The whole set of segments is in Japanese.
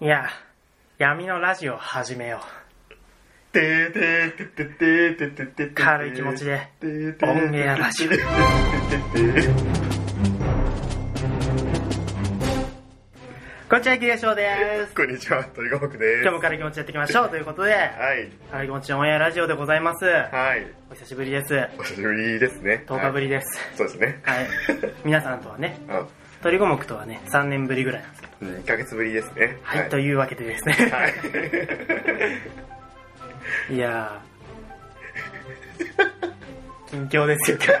いや、闇のラジオ始めよてててててててててう。軽い気持ちで。オオンエアラジオ。こんにちは、ゆきでしょうです。こんにちは鳥が北です今日も軽い気持ちでやっていきましょうということで、はい軽い気持ちのオンエアラジオでございます。はいお久しぶりです。お久しぶりですね10日ぶりりです。そうですねはい。皆さんとはね、あ鳥五目とはね、3年ぶりぐらいなんですけど。うん一ヶ月ぶりですねはい、とはいいうわけでですね。いやー。近況ですよ、今日。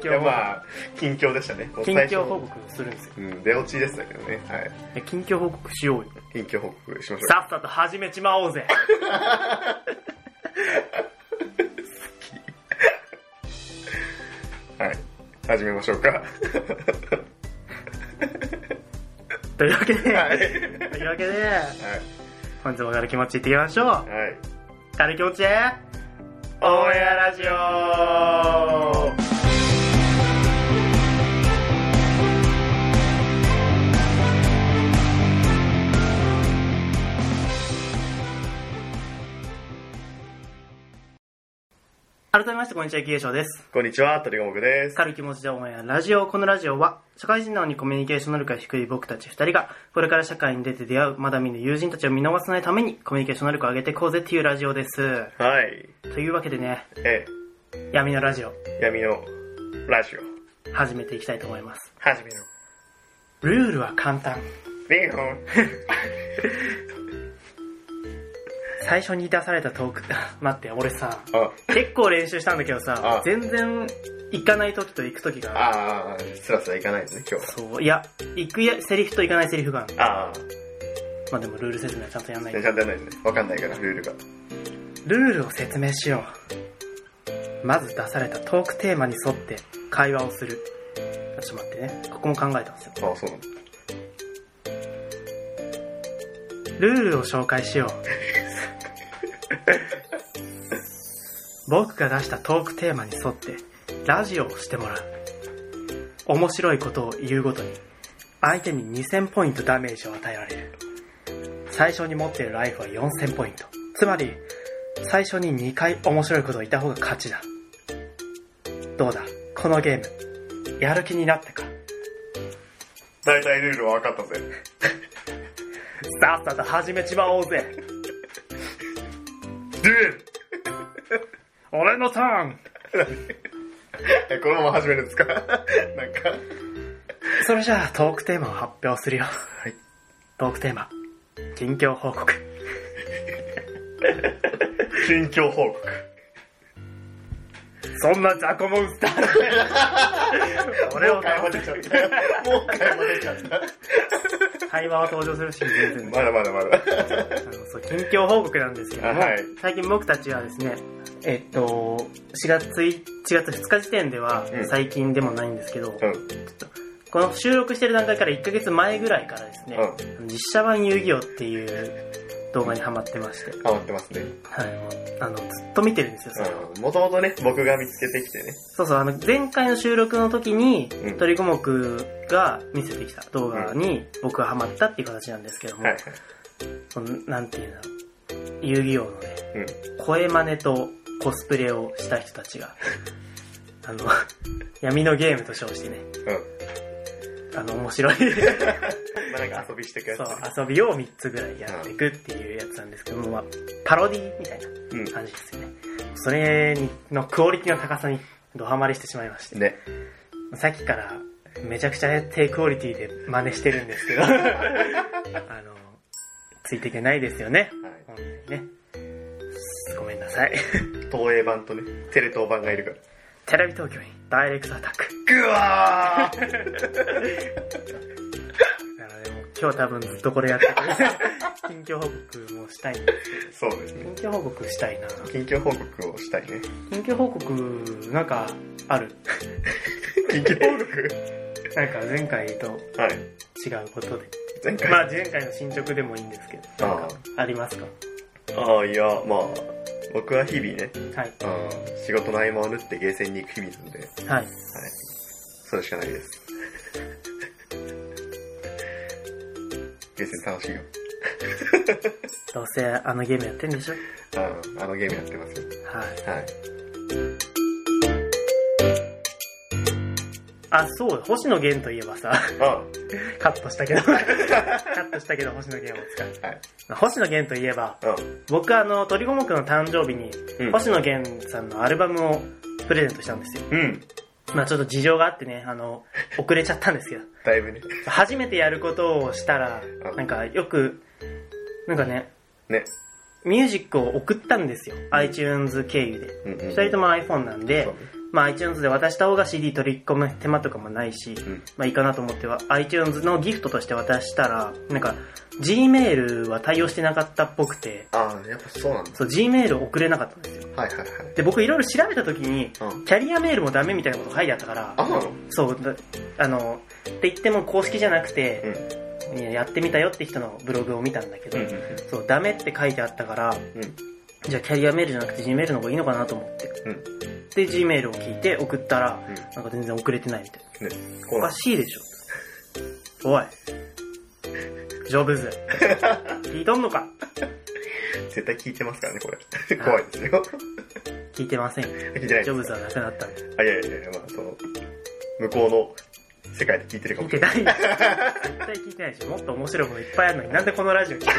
近況や報告、まあ近況でしたね近況報告告するんですよ。うん出落ちでしたけどねはいいや近況報告しようよ。近況報告しましょうさっさと始めちまおうぜ。はい始めましょうかというわけで、はいというわけで、はい本日も軽い気持ちいっていきましょう。はい軽い気持ちで、オンエアラジオ改めまして、こんにちは、きえしょうです。こんにちは鳥が北です軽い気持ちでオンエアラジオ。このラジオは、社会人なのにコミュニケーション能力が低い僕たち二人が、これから社会に出て出会う、まだ見ぬ友人たちを見逃さないために、コミュニケーション能力を上げていこうぜっていうラジオです。はいというわけでね、え闇のラジオ、闇のラジオ始めていきたいと思います。始めよルールは簡単。うビヨン最初に出されたトーク、 待って、俺さ、あ結構練習したんだけどあさ、全然行かない時と行く時がある。ああ、スラスラいかないですね、今日そう、いや、行くや、セリフと行かないセリフがあるの。は。ああ、まあでもルール説明はちゃんとやんないちゃけど。んとやんないですね。わかんないから、ルールが。ルールを説明しよう。まず出されたトークテーマに沿って会話をする。ちょっと待ってね。ここも考えたんですよ。ああ、そうなんだ。ルールを紹介しよう。僕が出したトークテーマに沿って、ラジオをしてもらう。面白いことを言うごとに、相手に2000ポイントダメージを与えられる。最初に持っているライフは4000ポイント。つまり、最初に2回面白いことを言った方が勝ちだ。どうだこのゲーム、やる気になったか大体ルールは分かったぜ。さっさと始めちまおうぜデュエル 俺のターンえこのまま始めるんですか なんか。それじゃあトークテーマを発表するよ。はい。トークテーマ。近況報告。近況報告。そんな雑魚モンスタ ー。俺を会話出ちゃった。 もう会話出ちゃった。会話は登場するし、全然ねまだまだまだ。あのそう、近況報告なんですけども、はい最近僕たちはですね、えっと、4月い、4月2日時点ではうん最近でもないんですけど、うん。この収録してる段階から1ヶ月前ぐらいからですね、実写版遊戯王っていう動画にハマってまして、変わってますね。はい、もう、あの、ずっと見てるんですよ、それをうん。もともとね、僕が見つけてきてね。そうそう、あの、前回の収録の時に、うん鳥五目が見せてきた動画に、僕がハマったっていう形なんですけども、はいはい。その、なんていうんだろう、遊戯王のね、うん。声真似とコスプレをした人たち が、あの、闇のゲームと称してね、うあの、面白い、 ん。まあ、なんか遊びしてくやつそね。う、遊びを3つぐらいやっていくっていうやつなんですけども、まあ、パロディみたいなうん。感じですよね。それにのクオリティの高さに、ドハマりしてしまいまして。ね。さっきからめちゃくちゃ低クオリティで真似してるんです けど、あの、ついていけないですよね。は本当にね。ごめんなさい。い。東映版とね、テレ東版がいるから。テレビ東京にダイレクトアタック。ぐわーなのでもう今日多分ずっとこれやってて、近況報告もしたいんですそうですね。近況報告したいな。近況報告をしたい ね。近況報告、なんか、ある。緊急報告なんか前回とはい。違うことで。前回。まあ前回の進捗でもいいんですけど、なんかありますかああ、いや、まあ、僕は日々ね、はい。あー仕事の合間を縫ってゲーセンに行く日々なんで、ははい。い。 それしかないです。別に楽しいよ。どうせあのゲームやってんでしょああのゲームやってますよ。はい。はい。あ、そう、星野源といえばさ、 あカットした けど、カットしたけど星野源を使う。はい星野源といえば、あ僕あの、鳥五目の誕生日に、うん。星野源さんのアルバムをプレゼントしたんですよ。うん。まあちょっと事情があってね、あの、遅れちゃったんですけど。だいぶね。初めてやることをしたらう、んなんかよく、なんかね、ね。ミュージックを送ったんですよ。iTunes 経由で。うんうん。二人とも iPhone なんでそうね、まあ iTunes で渡した方が CD 取り込む手間とかもないし、うん。まあいいかなと思っては iTunes のギフトとして渡したら、なんか Gmail は対応してなかったっぽくて、ああ、やっぱそうなんだ。そう Gmail を送れなかったんですよ。はいはいはい。で、僕いろいろ調べた時に、うん。キャリアメールもダメみたいなこと書いてあったから、あ、そそうなのう、だあの、って言っても公式じゃなくて、いややってみたよって人のブログを見たんだけど、うん。うんうんそう、ダメって書いてあったから、うん。じゃあキャリアメールじゃなくて Gmail の方がいいのかなと思って。うんで、Gmail を聞いて送ったら、うんなんか全然送れてないみたいな。ね、こおうなかんしいでしょ。おい。ジョブズ。聞いとんのか絶対聞いてますからね、これ。 怖いですよ。聞いてませんよ。聞いてないジョブですズは亡くなったんで。あ、いやいやいや、まあ、その、向こうの世界で聞いてるか聞いもしれて ない。ない。絶対聞いてないでしょ。もっと面白いこといっぱいあるのになんでこのラジオ聞い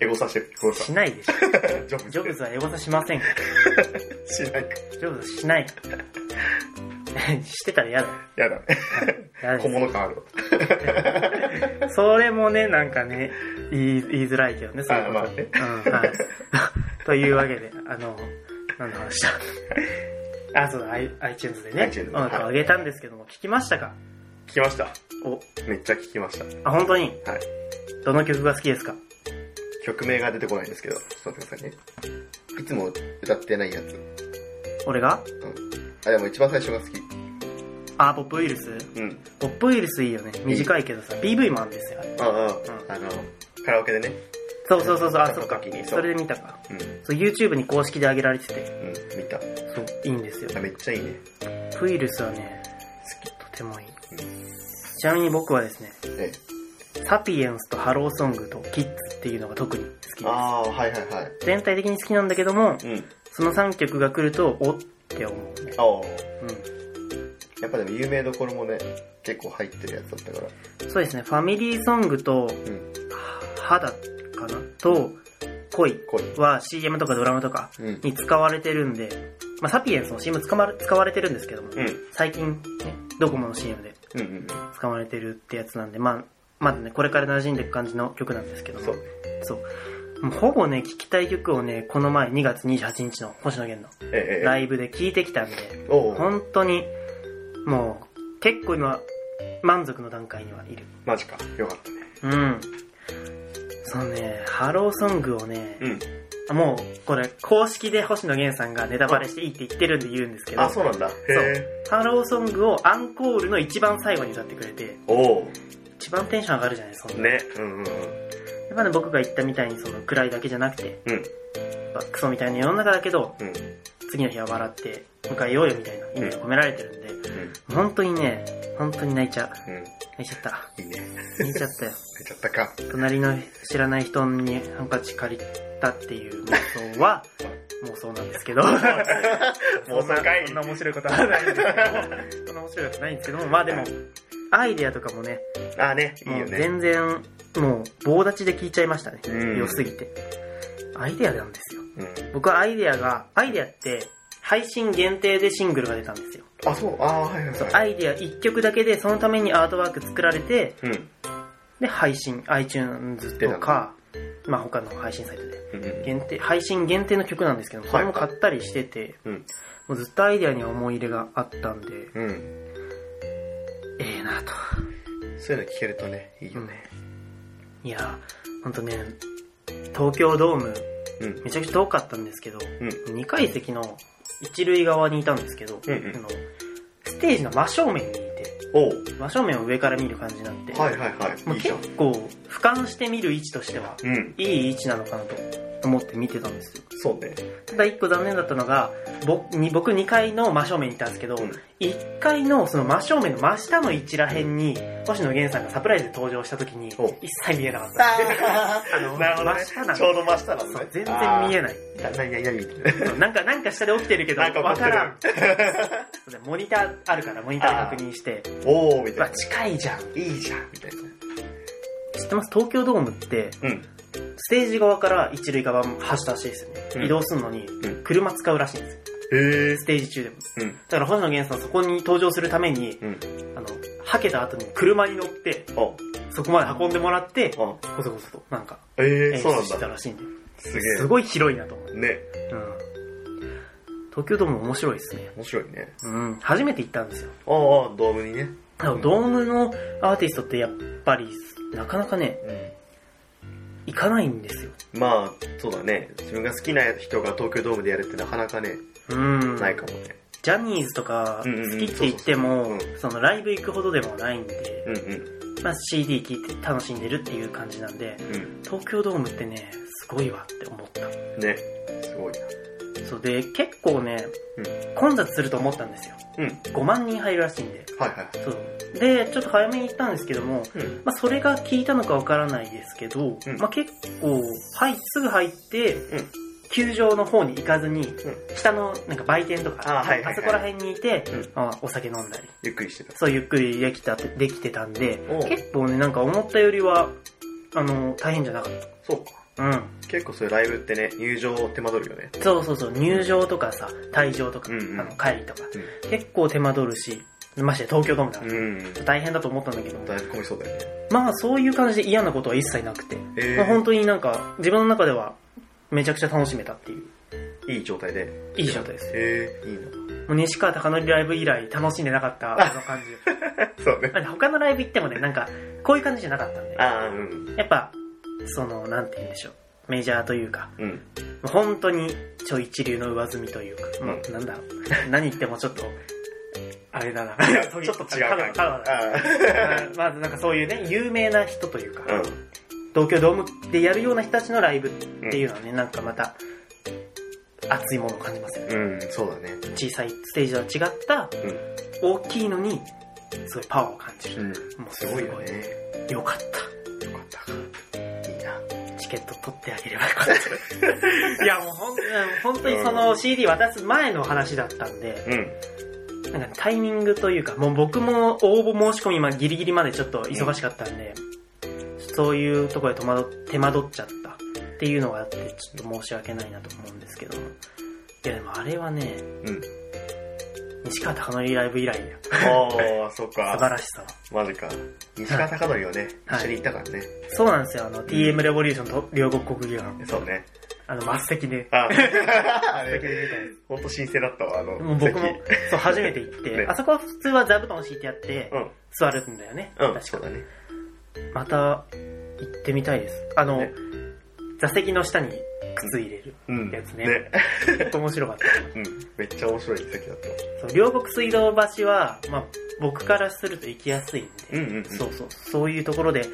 エゴサしてる。エゴてしサ。ないでしょ。 ジョブズ。ジョブズはエゴサしませんからしないか。ジョブズしないから してたら嫌だよ。やだね。嫌で小す物感あるわ。それもね、なんかね、言い言いづらいけどね、そういうことあまあってねうん、はい。 というわけで、あの、何の話だ。 あ、そうだ、I- iTunes でね、 iTunes 音楽を上げたんですけども、聞きましたか聞きました。お、めっちゃ聞きました。あ、本当にはい。どの曲が好きですか曲名が出てこないんですけど、ちょっと待ってくださいね。いつも歌ってないやつ。俺があ、でも一番最初が好き。あ、ポップウイルスうん。ポップウイルスいいよね。短いけどさ、PV もあるんですよ。ああ、あの、カラオケでね。そうそうそうそう、あ、そそうのか時。にそうそれで見たか。うん。そう、YouTube に公式で上げられてて、うん。見た。そう、いいんですよ。あめっちゃいいね。ポップウイルスはね、好き。とてもいいうん。ちなみに僕はですね、えサピエンスとハローソングとキッズっていうのが特に好きえ。でああ、はいはいはい。す。全体的に好きなんだけども、うん。その3曲が来ると、おって思うね。ああ。うやっぱでも有名どころもね、結構入ってるやつだったから。ん。そうですね、ファミリーソングと、うん。肌かなと、恋濃い。は CM とかドラマとかうん。に使われてるんで、まあ、サピエンスの CM 使われ使われてるんですけども、うん。最近、ね、ドコモの CM でうんうん使われてるってやつなんで、まあ、まだね、これから馴染んでいく感じの曲なんですけどうもん。そう。もうほぼね、聴きたい曲をね、この前2月28日の星野源のえええライブで聴いてきたんで、え。おお。本当に、もう、結構今、満足の段階にはいる。マジか。よかったね。うん。そのね、ハローソングをね、うん。もう、これ、公式で星野源さんがネタバレしていいって言ってるんで言うんですけど、あ、そうなんだ。へえ。ハローソングをアンコールの一番最後に歌ってくれて、おお。一番テンション上がるじゃない、そんな。ね。うんうんうん。やっぱね、僕が言ったみたいに、その、暗いだけじゃなくて、うん。やっぱクソみたいな世の中だけど、うん。次の日は笑って迎えようよみたいな意味が込められてるんで、うん。本当にね、本当に泣いちゃう。うん。泣いちゃった。いいね。泣いちゃったよ。出ちゃっ たか。隣の知らない人にハンカチ借りたっていう妄想 は、妄想なんですけど。妄想かいそんな面白いことはないん ですけど、そんな面白いことないんですけども、まあでも、アイデアとかもね、あーね。いいもようね。全然、もう棒立ちで聞いちゃいましたね。うん良すぎて。アイデアなんですよ。うん。僕はアイデアが、アイデアって、配信限定でシングルが出たんですよ。あ、そう。あーはいはいそうはい。アイデア1曲だけで、そのためにアートワーク作られて、うん。で、配信、iTunes とか、まあ他の配信サイトで、うんうん限定、配信限定の曲なんですけど、それも買ったりしてて、うん。もうずっとアイデアには思い入れがあったんで、うん。ええなと。そういうの聞けるとね、いいよね。いや、ほんとね、東京ドーム、うん。めちゃくちゃ遠かったんですけど、うん。 2階席の一塁側にいたんですけど、うんうんあのステージの真正面にいて、おお。真正面を上から見る感じになって、はいはいはい。まあいいじゃん。結構俯瞰して見る位置としてはうん。いい位置なのかなと思って見てたんですよ。そうね。ただ一個残念だったのが、僕に僕2階の真正面にいたんですけど、うん1階のその真正面の真下の位置ら辺に、星野源さんがサプライズで登場した時に、お一切見えなかった。ああの、なるほど、真ね下なん。でちょうど真下なそうのね。全然見えなない。い。なになになにってねそうなんか、なんか下で起きてるけど、なんかわ起こかってるらん。 そうねモニターあるから、モニターで確認して、おー、みうたわ、い近いじゃん。な。いいじゃん、みたいな。知ってます東京ドームって、うん。ステージ側から一塁側も走ったらしいですよね。うん移動するのにん、車使うらしいんですよ。へえ。ステージ中でも。うん。だから星野源さんそこに登場するために、うん。あの、はけた後に車に乗って、あ、そこまで運んでもらって、こあ、そこそと、なんか、ええ演そうな出んしてただ。らしいんで。すげえ。すごい広いなと思って。ね。うん。東京ドーム面白いですね。面白いね。うん。初めて行ったんですよ。ああ、ドームにね。だからドームのアーティストってやっぱり、なかなかね、う行かないんですよ。ん。まあ、そうだね。自分が好きな人が東京ドームでやるってなかなかね、うん。ないかもね。ジャニーズとかうんうん好きって言ってそうもそうそう、そのライブ行くほどでもないんで、うんうん。まあ CD 聴いて楽しんでるっていう感じなんで、うん。東京ドームってね、すごいわって思った。ね。すごいな。そうで、結構ね、うん混雑すると思ったんですよ。うん。 5万人入るらしいんで。はいはそう。で、ちょっと早めに行ったんですけども、い。うん。まあそれが効いたのかわからないですけど、うんまあ結構、はい、すぐ入って、うん球場の方に行かずに、下のなんか売店とか、あーはいはいはいそこら辺にいて、うんまあお酒飲んだり、ゆっくりしてた。そうゆっくりできたって、できてたんで、おう結構ね、なんか思ったよりは、あの、大変じゃなかっそうか。た。うん。結構そういうライブってね、入場手間取るよね。そうそうそう、入場とかさ、退場とか、うんうんあの会議とか、結構手間取るし、ましてや東京ドームだから、うん。大変だと思ったんだけど、だいぶ混みそうだよね。まあそういう感じで嫌なことは一切なくて、えまあ、本当になんか自分の中ではめちゃくちゃ楽しめたっていう、いい状態で。いい状態です。ええいいな。もう西川貴教ライブ以来楽しんでなかったあの感じ。そうね。あ他のライブ行ってもね、なんかこういう感じじゃなかったんで、ああ、うん。やっぱ、その、なんて言うんでしょう。メジャーというか、うん。本当にちょい一流の上積みというか、もうなんだ ろう、何言ってもちょっと、あれだな。 ちょっと違うカナダカナ ダあまあまずなんかそういうね、有名な人というか、あ。うん。東京ドームでやるような人たちのライブっていうのはね、なんかまた、熱いものを感じますよね。うん、そうだね。小さいステージとは違った、うん。大きいのに、すごいパワーを感じる。うん。もうすごいよね。よかっよかった。いいな。た。チケット取ってあげればよか った。いや、もうほん本当にその CD 渡す前の話だったんで、うん。なんかねタイミングというか、もう僕も応募申し込み、今ギリギリまでちょっと忙しかったんで、そういうところで戸惑っ手間取っちゃったっていうのがあって、ちょっと申し訳ないなと思うんですけども。いや、でもあれはね、うん。西川貴教ライブ以来だよ。ああ、そっ素か。晴らしさは。マジか。西川貴教をね、はい一緒に行ったからね。そうなんですよ、あの、TM レボリューションと両国国技館。そうね。あの、末席で。ああ、あ末席れ、で見たんですほんと新鮮だったわ、あの、もう僕も席、そう、初めて行って、 ねあそこは普通は座布団敷いてやってう、ん。座るんだよね。うん、確そうか。だね。また、行ってみたいです。あの、ね座席の下に靴入れる。うん。やつね結構面白かった。 うん。めっちゃ面白い席だった。そう、両国水道橋は、まあ、僕からすると行きやすいんうで、んうんうん。そうそう、そういうところで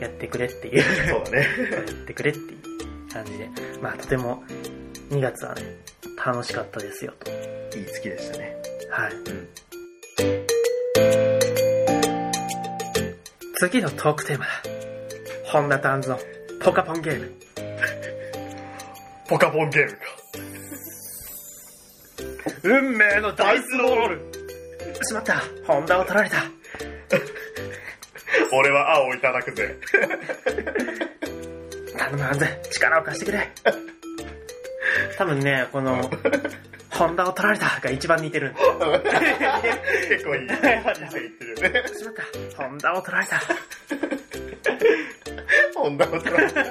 やってくれ っていう。そうだね。やってくれっていう感じで、まあとても2月はね、楽しかったですよと。いい月でしたね。はい。うん。次のトークテーマだ。ホンダとアンズのポカポンゲーム。ポカポンゲームか。運命のダイスロールしまったホンダを取られた俺は青をいただくぜ。頼むアンズ、力を貸してく れ多分ね、こ の、ホンダを取られたが一番似てるんで。結構いい。いい線いってるよね。しまったホンダを取られたホンダのトラッめ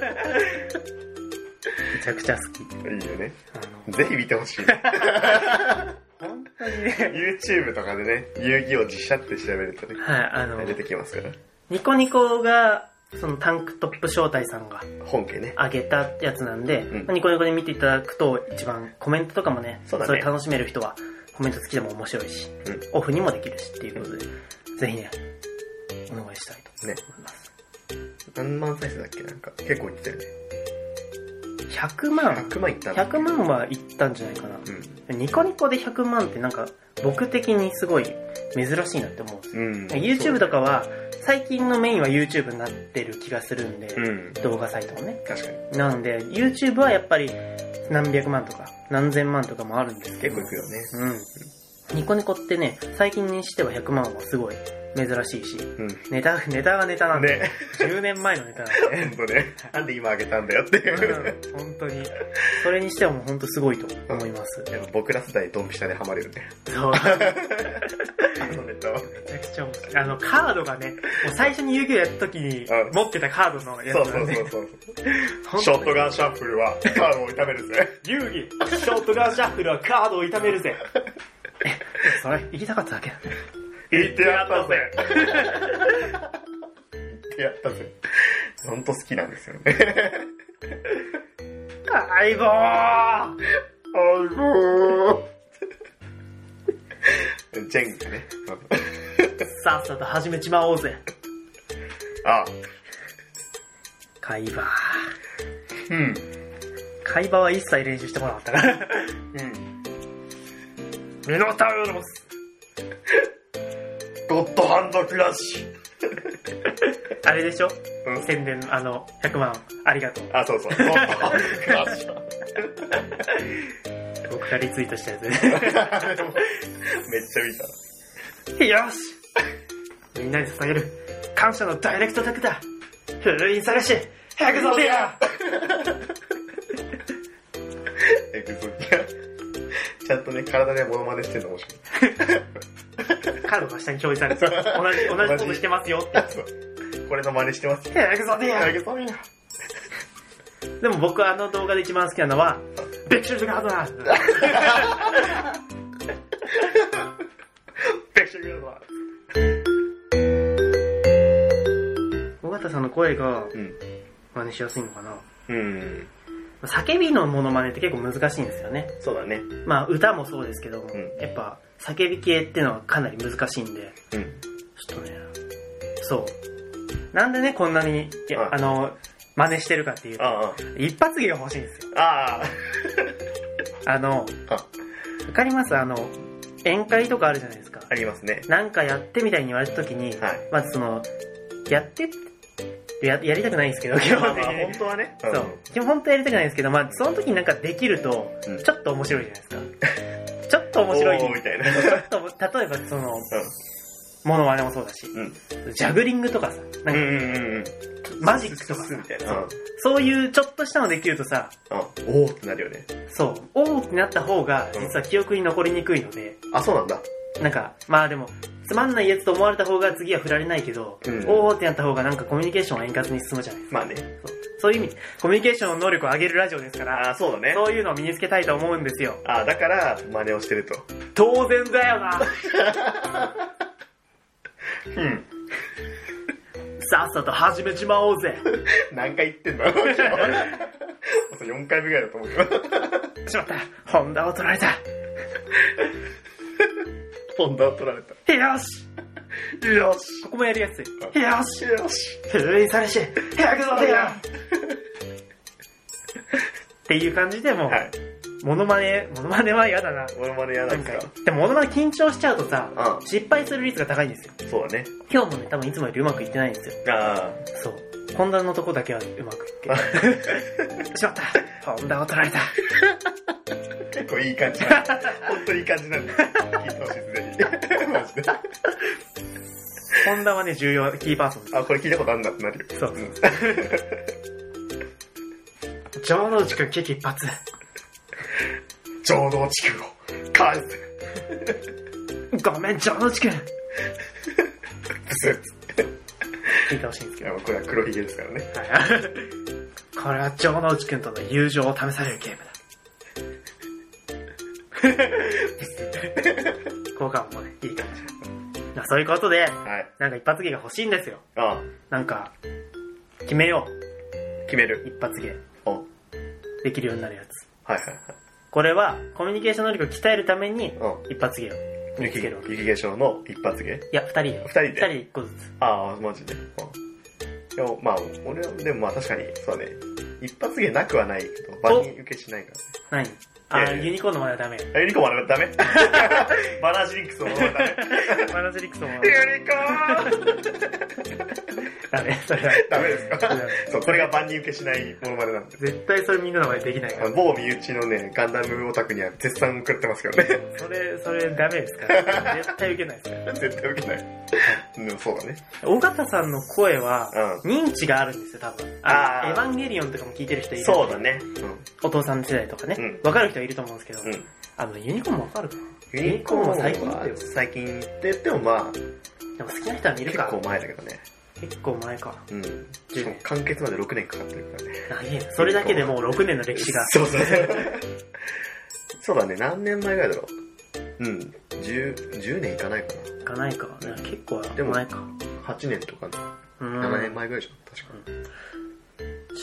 ちゃくちゃ好き。ク。いいよね。あぜひ見てほしい。の、本当にね。 YouTube とかでね、遊戯王実写って調べるとね、はい、あの、出てきますから。ニコニコが、そのタンクトップ招待さんが本家ね。上げたやつなんで、うんまあニコニコで見ていただくと一番コメントとかもね、そうだねれ楽しめる人はコメント付きでも面白いし、うんオフにもできるしっていうことで、ぜひね、お願いしたいと思います。何万再生だっけなんか、結構いってたよね。 100万、 100万いったな。 100万はいったんじゃないかな。うニコニコで100万ってなんか、僕的にすごい珍しいなって思うんですよ。ん。うん。 YouTube とかは、最近のメインは YouTube になってる気がするんで、うん。動画サイトもね。確かに。なので、YouTube はやっぱり何百万とか何千万とかもあるんですけ結ど。構いくよね。うん。ニコニコってね、最近にしては100万はすごい珍しいし、うん。ネタ、ネタがネタなんで、ね、 10年前のネタなんで。ほんとね。なんで今あげたんだよっていう。うん、本当に。それにしてはもう本当すごいと思います。やっぱ 僕ら世代ドンピシャでハマるよね。そう。あのネタは。めちゃくちゃ面白い。あの、カード がね、もう最初に遊戯をやった時にうん持ってたカードのやそうつそなんうで、そうそう。本ショ当ッにトガンシャッフルはカードを炒めるぜ。遊戯、ショットガンシャッフルはカードを痛める ぜ。えそれ、言いたかっただけだね。言ってやったぜ。言ってやったぜ。ほんと好きなんですよね。相棒あのー。ジェンガね。 さっさと始めちまおうぜ。あ、会話。うん。会話は一切練習してこなかったから。うん。ミノタウロス。ゴッドハンドクラッシュ。あれでしょうん宣伝、あの、100万、ありがとう。あ、そうそう。ゴッドハンドクラッシュ。僕がリツイートしたやつね。めっちゃ見た。よしみんなに捧げる、感謝のダイレクトタクだ。古い探し、ヘクゾディアエクゾティア。ちゃんとね、体でモノマネしてるの面白い。カードが下に表示されてる、同じ、同じことしてますよって。そうこれの真似してます。ヘクゾディアエクゾティア。でも僕あの動画で一番好きなのは、ベクシュルガードだベクシルだ。尾形さんの声がうん。真似しやすいのかなうん。叫びのモノマネって結構難しいんですよね。そうだね。まあ歌もそうですけども、んやっぱ叫び系ってのはかなり難しいんで、うん。ちょっとね、そう。なんでね、こんなに、いやうんあの、真似してるかっていうと、あ一発芸が欲しいんですよ。あ。ああ。あの、わあ、かりますあの、宴会とかあるじゃないですか。ありますね。なんかやってみたいに言われた時に、はいまずその、やってってや、やりたくないんですけど、基本的に。当はね。そう。基本当はやりたくないんですけど、まあ、その時になんかできるとうん、ちょっと面白いじゃないですか。ちょっと面白い。おーみたいな。ちょっと、例えばその、モノマネもそうだし、うん。ジャグリングとかさ、なんうかんうんうん。マジックとかさみたい、そな。うそういうちょっとしたのできるとさ、うん。おおってなるよね。そう、おーってなった方が、実は記憶に残りにくいので、あ、そうなんだ。なんか、まあでも、つまんないやつと思われた方が次は振られないけど、うんおーってなった方がなんかコミュニケーションは円滑に進むじゃないですか。まあね。そういう意味、コミュニケーションの能力を上げるラジオですから、ああ、そうだね。そういうのを身につけたいと思うんですよ。ああ、だから、真似をしてると。当然だよなうん。さっさと始めちまおうぜ何回言ってんだろう4回目ぐらいだと思うけど。しまったホンダを取られたポンダを取られた。よしよし。ここもやりやすい。よしよし。封印されし早くぞせよっていう感じでもう、はい。モノマネ、モノマネは嫌だな。モノマネやなんなかん。でもモノマネ緊張しちゃうとさ、うん失敗する率が高いんですよ。そうだね。今日もね、多分いつもよりうまくいってないんですよ。あそう。ホンダのとこだけはうまくいって。しまったホンダを取られたあ。結構いい感じなんだ。本当にいい感じなんだ。聞いてほしいです、ぜひ。マジで。ホンダはね、重要、キーパーソンです。あ、これ聞いたことあるんだってなるよ。そうそう城之内くん危機一髪。浄土地区を返す。ごめん、城之内くんブスッ 聞いてほしいんですいけや、これは黒ひげですからね。ど。はい。これは城之内くんとの友情を試されるゲー ムだ。効果もね、いい感じ。まあそういうことで、はい。なんか一発芸が欲しいんですよ。あなんか、決めよあ、決めう。る。一発芸。おはいできるようになるやつ。はいはい。これは、コミュニケーション能力を鍛えるために、う一発芸をん。見つけ雪化るわけ。い粧の一発芸。や、二人で。二人で二人で一個ずつ。ああ、マジで。うん。でも、まあ、俺は、でもまあ確かに、そうだね。一発芸なくはないけど、万人受けしないからね。何あいやいやユニコーンのまでは ダメよ。あ、ユニコーンはダメバナージリックスもダメ。マナジリックスもユニコーンダメ。それは。ダメですかダメそう、これが万人受けしないものまでなんです。絶対それみんなの前でできないかあらの。某身内のね、ガンダムオタクには絶賛食らってますけどね。それ、それダメですから。絶対受けないですから。絶対受けない。でもそうだね。尾形さんの声は、う認知があるんですよ、多分。あのあーエヴァンゲリオンとかも聞いてる人いる。そうだね。お父さん世代とかね。うわ、んかる人はいると思うんですけど。うん。うん。あの、ユニコーンもわかるかなユニコーンは最近だよ最近って言ってもまあ、でも好きな人は見る結か。構前だけどね。結構前か。うん。しかも完結まで6年かかってるからね。長いねそれだけでもう6年の歴史が。そうそう。そうだね、何年前ぐらいだろう。うん。10、10年いかないかいかないか。結構でも前か。な。8年とか、うん。 7年前ぐらいじゃん、確か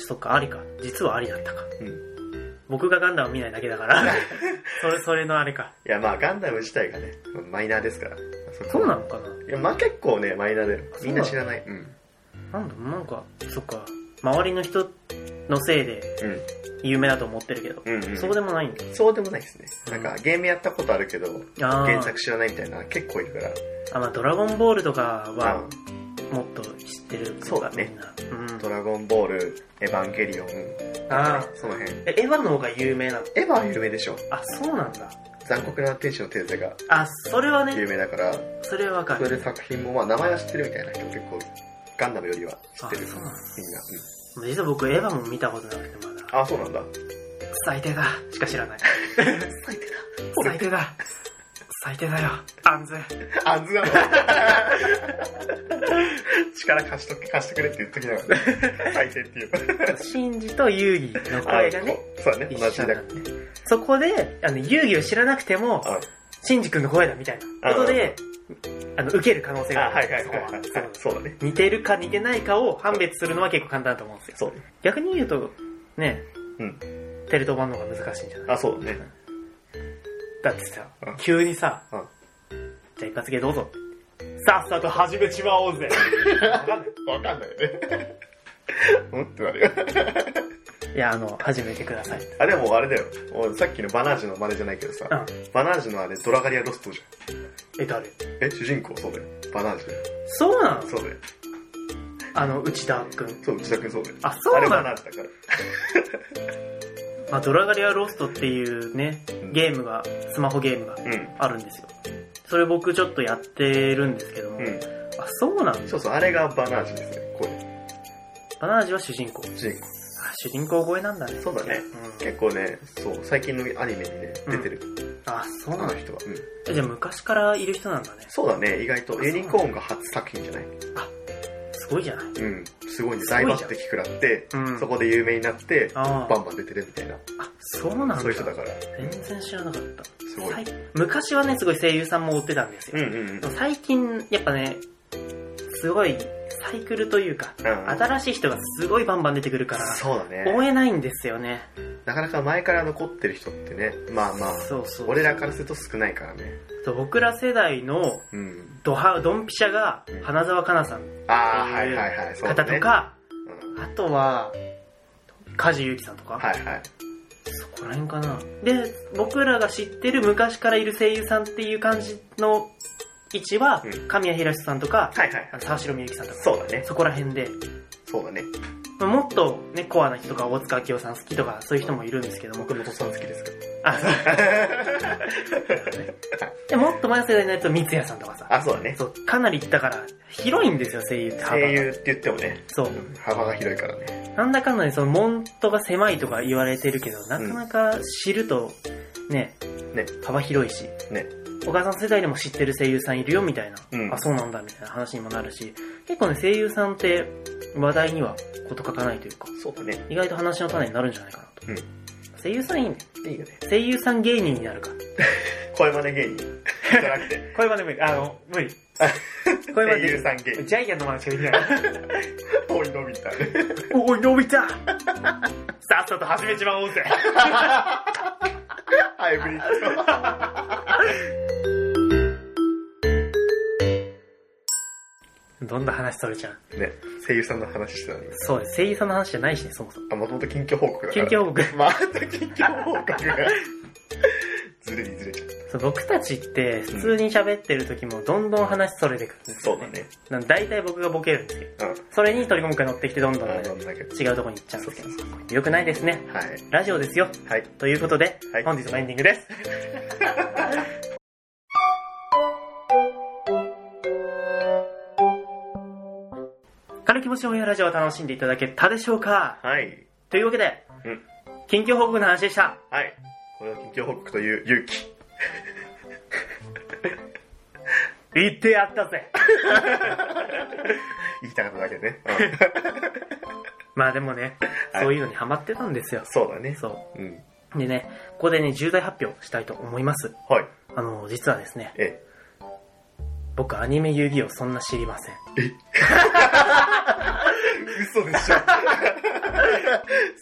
そっか、ありか。実はありだったか。に。うん。僕がガンダムを見ないだけだ から。それ、それのあれか。いや、まあ、ガンダム自体がね、マイナーですから。こそうなのかないや、まあ結構ね、マイナーで、みんな知らない。うん。なんだ、なんか、そっか。周りの人のせいでうん。有名だと思ってるけど。うん、うん。そうでもないんだ。そうでもないですね。なんか、ゲームやったことあるけど、あー原作知らないみたいな、結構いるから。あ、まあ、ドラゴンボールとかうはん、もっと知ってるそうだねみんな。うん。ドラゴンボール、エヴァンゲリオン、ああ。その辺。えエヴァの方が有名なのエヴァは有名でしょ。あ、そうなんだ。残酷な天使のテーゼがあ、それはね有、名だから、それはわかそれる。で作品も、まあ名前は知ってるみたいな人結構、ガンダムよりは知ってる。あそうなんだみんな。実は僕エヴァも見たことなくてまだ。うん。あ、そうなんだ。最低だ。しか知らない。最低最低だ。最低だよ。アンズ。だ。あ、ずなの 力貸しとけ、貸してくれって言っときなが ら、ね、最低っていう。シンジとユーギの声がね、あ。そうそうだね、一同じ緒にだなって。そこで、あの、ユーギを知らなくても、あシンジ君の声だみたいなことで、あの、受ける可能性があ、あはいる。はいはいそこははいそうなん。ですそうだね。似てるか似てないかを判別するのは結構簡単だと思うんですよ。そうね。逆に言うと、ね、うん。テレ東版の方が難しいんじゃないあ、そう だね。だってさうん、急にさ、うんじゃあ一発芸どうぞ。さっさと始めちまおうぜ。わかんない。わかんない よね。うんってなるよ。いや、あの、始めてください。うあ、でもあれだよ。俺さっきのバナージュの真似じゃないけどさ。ん。バナージュのあれ、ドラガリアロストじえ、誰ゃん。え、主人公そうだよ。バナージュだよ。そうなのそうだよ。あの、内田くん。そう、内田君そうだよ。あ、そうあれなのバナージュだから。まあ、ドラガリアロストっていうね、ゲームが、スマホゲームがうん。あるんですよ。それ僕ちょっとやってるんですけども、うん。あ、そうなんだ。そうそう、あれがバナージュですね。これ。バナージュは主人公。主人公。あ、主人公超えなんだね。そうだねうん。結構ね、そう、最近のアニメにね、出てる。あ、そうあなんのだ。人は。うん。えじゃあ昔からいる人なんだね。そうだね、意外あそと。うユニコーンが初作品じゃないすごいじゃない。うん。すごいね。すごい大じゃん抜擢食らって、うんそこで有名になって、あバンバン出てるみたいな。あ、そうなんだ。そういう人だから。全然知らなかった。すごい。最昔はね、すごい声優さんも追ってたんですよ。うんうんうんで。も最近、やっぱね、すごいサイクルというか、うん新しい人がすごいバンバン出てくるから、そうだ追ね。えないんですよね。なかなか前から残ってる人ってね、まあまあ、そうそう。俺らからすると少ないからね。そう僕ら世代のうん。ドハ、ドンピシャがうん花澤香菜さんああ、はいはいはい。そうだ方ね。とか、うんあとは、梶裕貴さんとか、はいはい。そこら辺かな。で、僕らが知ってる昔からいる声優さんっていう感じの位置は、うん神谷博史さんとか、はいはいあ。の沢城みゆきさんとか、そうだね。そこら辺で、そうだね。まあもっとね、コアな人とか、大塚明夫さん好きとか、そういう人もいるんですけども、僕のお父さん好きですけど。 あ、そうでもっと前の世代になると、三ツ矢さんとかさ、あ、そうだね。そう、かなり行ったから、広いんですよ、声優って幅が声優って言ってもね、そう。幅が広いからね。なんだかんだね、その、門徒が狭いとか言われてるけど、なかなか知ると、ね、ね幅広いし、ね。お母さん世代でも知ってる声優さんいるよ、みたいな、うんあ、そうなんだ、みたいな話にもなるし、結構ね、声優さんって、話題にはこと書かないというか、そうだね。意外と話の種になるんじゃないかなと。うん声優さんいいね。いいよね。声優さん芸人になるか。声真似芸 人。じゃなくて、声真似無理。あの、無理。声声優さん 芸人。ジャイアンの真似しかできない。おい伸びた。おい、伸びたさっさと始めちまおうぜ。 ハイブリッド。どんな話それじゃん。ね、声優さんの話してたのに。そうです。声優さんの話じゃないしね、そもそも。あ、もともと近況報告だか近ら。況報告。また近況報告が。ずれにずれちゃっそう僕たちって普通に喋ってる時もどんどん話それてくるんでた。すよ、そうだね。なんで大体僕がボケるんですけど、うん。それに取り込むか乗ってきてどんどん、あね、なんだけど。違うとこに行っちゃうんそでうすけそうそう。ど。よくないですね。はい。ラジオですよ。はい。ということで、はい本日のエンディングです。 軽木星オンエアラジオを楽しんでいただけたでしょうかはい。というわけで、うん緊急報告の話でした。はい。これを近況報告という勇気。言ってやったぜ。言いたかっただけね。 うんまあでもね、 はいそういうのにハマってたんですよ。そうだね。そうん。う。でね、ここでね、重大発表したいと思います。はい。あの、実はですね、ええ。僕アニメ遊戯をそんな知りません。嘘でしょ。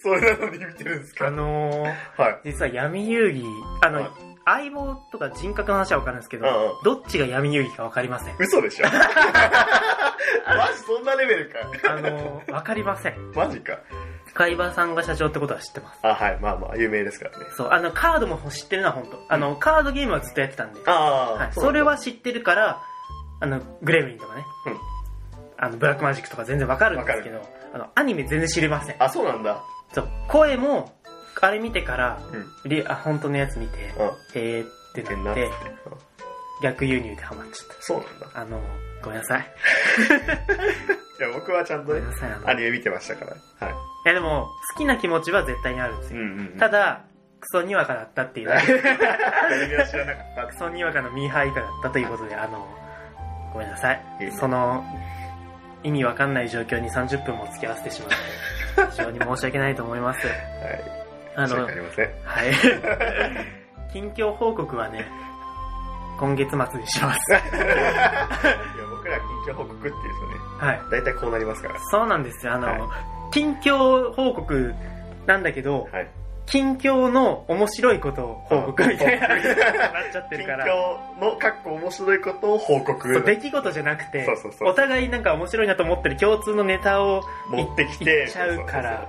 それなのに見てるんですあかのー、はい。実は闇遊戯、あの、はい相棒とか人格の話はわかるんですけど、うんうん。どっちが闇遊戯かわかりません 嘘でしょマジそんなレベルか。あのー、わかりません。マジか。海馬さんが社長ってことは知ってます。あ、はい。まあまあ、有名ですからね。そう、あの、カードも知ってるのは本当。あの、カードゲームはずっとやってたんで、あはい、それ、は知ってるから、あの、グレムリンとかね、うんあの、ブラックマジックとか全然わかるんですけど、あの、アニメ全然知りません。あ、そうなんだ。そう、声も、あれ見てから、うん。うん。リあ、本当のやつ見て、へーって変なっなってて、。逆輸入でハマっちゃっそうなんだ。た。あの、ごめんなさい。いや、僕はちゃんとごめねん、なさい、あの。アいニメ見てましたから。はい。やでも、好きな気持ちは絶対にあるんですうよ。んうんうん。ただ、だ、クソにわかだったっていう だけ、アニメは知らなか っクソにわかのミーハー以下だったということで、あの、ごめんなさいいえいえ。その、意味わかんない状況に30分も付き合わせてしまって、 非常に申し訳ないと思います。た。はあい。申しの、は訳あいりません。。 近況報告はね、今月末にします。 いや、僕ら緊急報告っていうとね、はい。大体こうなりますから。そうなんですよ。あの、はい近況報告なんだけど、はい。近況の面白いことを報告みたいな報なっ告ちゃって 近るから。況の、かっこ面白いことを報告。そう出来事じゃなくてそうそうそうお互いなんか面白いなと思ってる共通のネタを持ってきていっちゃうから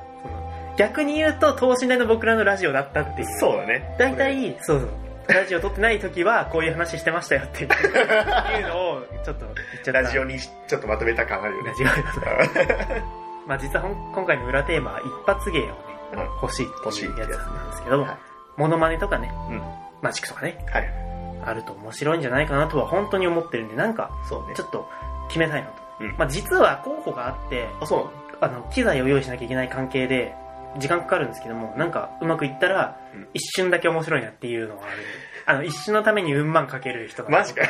逆に言うと等身大の僕らのラジオだったっていうそうそうだね大体そうそうラジオ撮ってない時はこういう話してましたよっていういうのをちょっと言っちゃったラジオにちょっとまとめた感あるよねラジオ まあ実はほん今回の裏テーマは一発芸をねうんは欲しいっていうやつなんですけどいもはモノマネとかね、うんマジックとかねいあると面白いんじゃないかなとは本当に思ってるんでなんかそうねちょっと決めたいなと、うんまあ、実は候補があってあそうなあのの機材を用意しなきゃいけない関係で時間かかるんですけどもなんかうまくいったらうん一瞬だけ面白いなっていうのはあるあの一瞬のためにうんまんかける人がマジか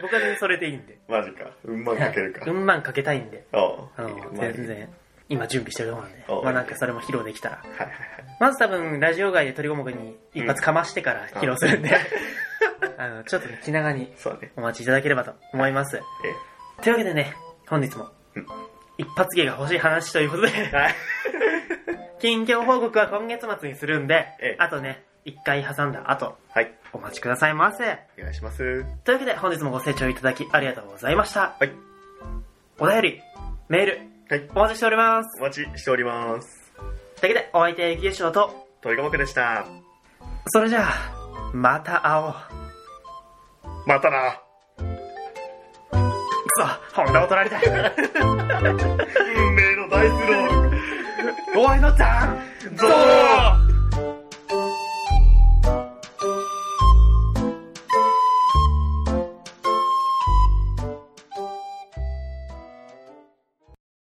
僕は全然それでいいんでマジかうんまくかけるかうんまんかけたいんでああのいいよマジ全然今準備してるところなんでおうまあなんかそれも披露できたらはいはいまず多分ラジオ外で鳥五目に一発かましてから披露するんで、 あのちょっと気長にそうねお待ちいただければと思いますえというわけでね、本日もうん、一発芸が欲しい話ということで、 はい近況報告は今月末にするんでええ、あとね、一回挟んだ後、はいお待ちくださいませ。お願いしますというわけで、本日もご清聴いただきありがとうございました。はいお便り、メール、はいお待ちしております。お待ちしておりますというわけで、お相手はゆきでしょうと、鳥かまくでしたそれじゃあ、また会おう。またなくそ、本田を取られた。 運命の大スローおいのちゃんゾー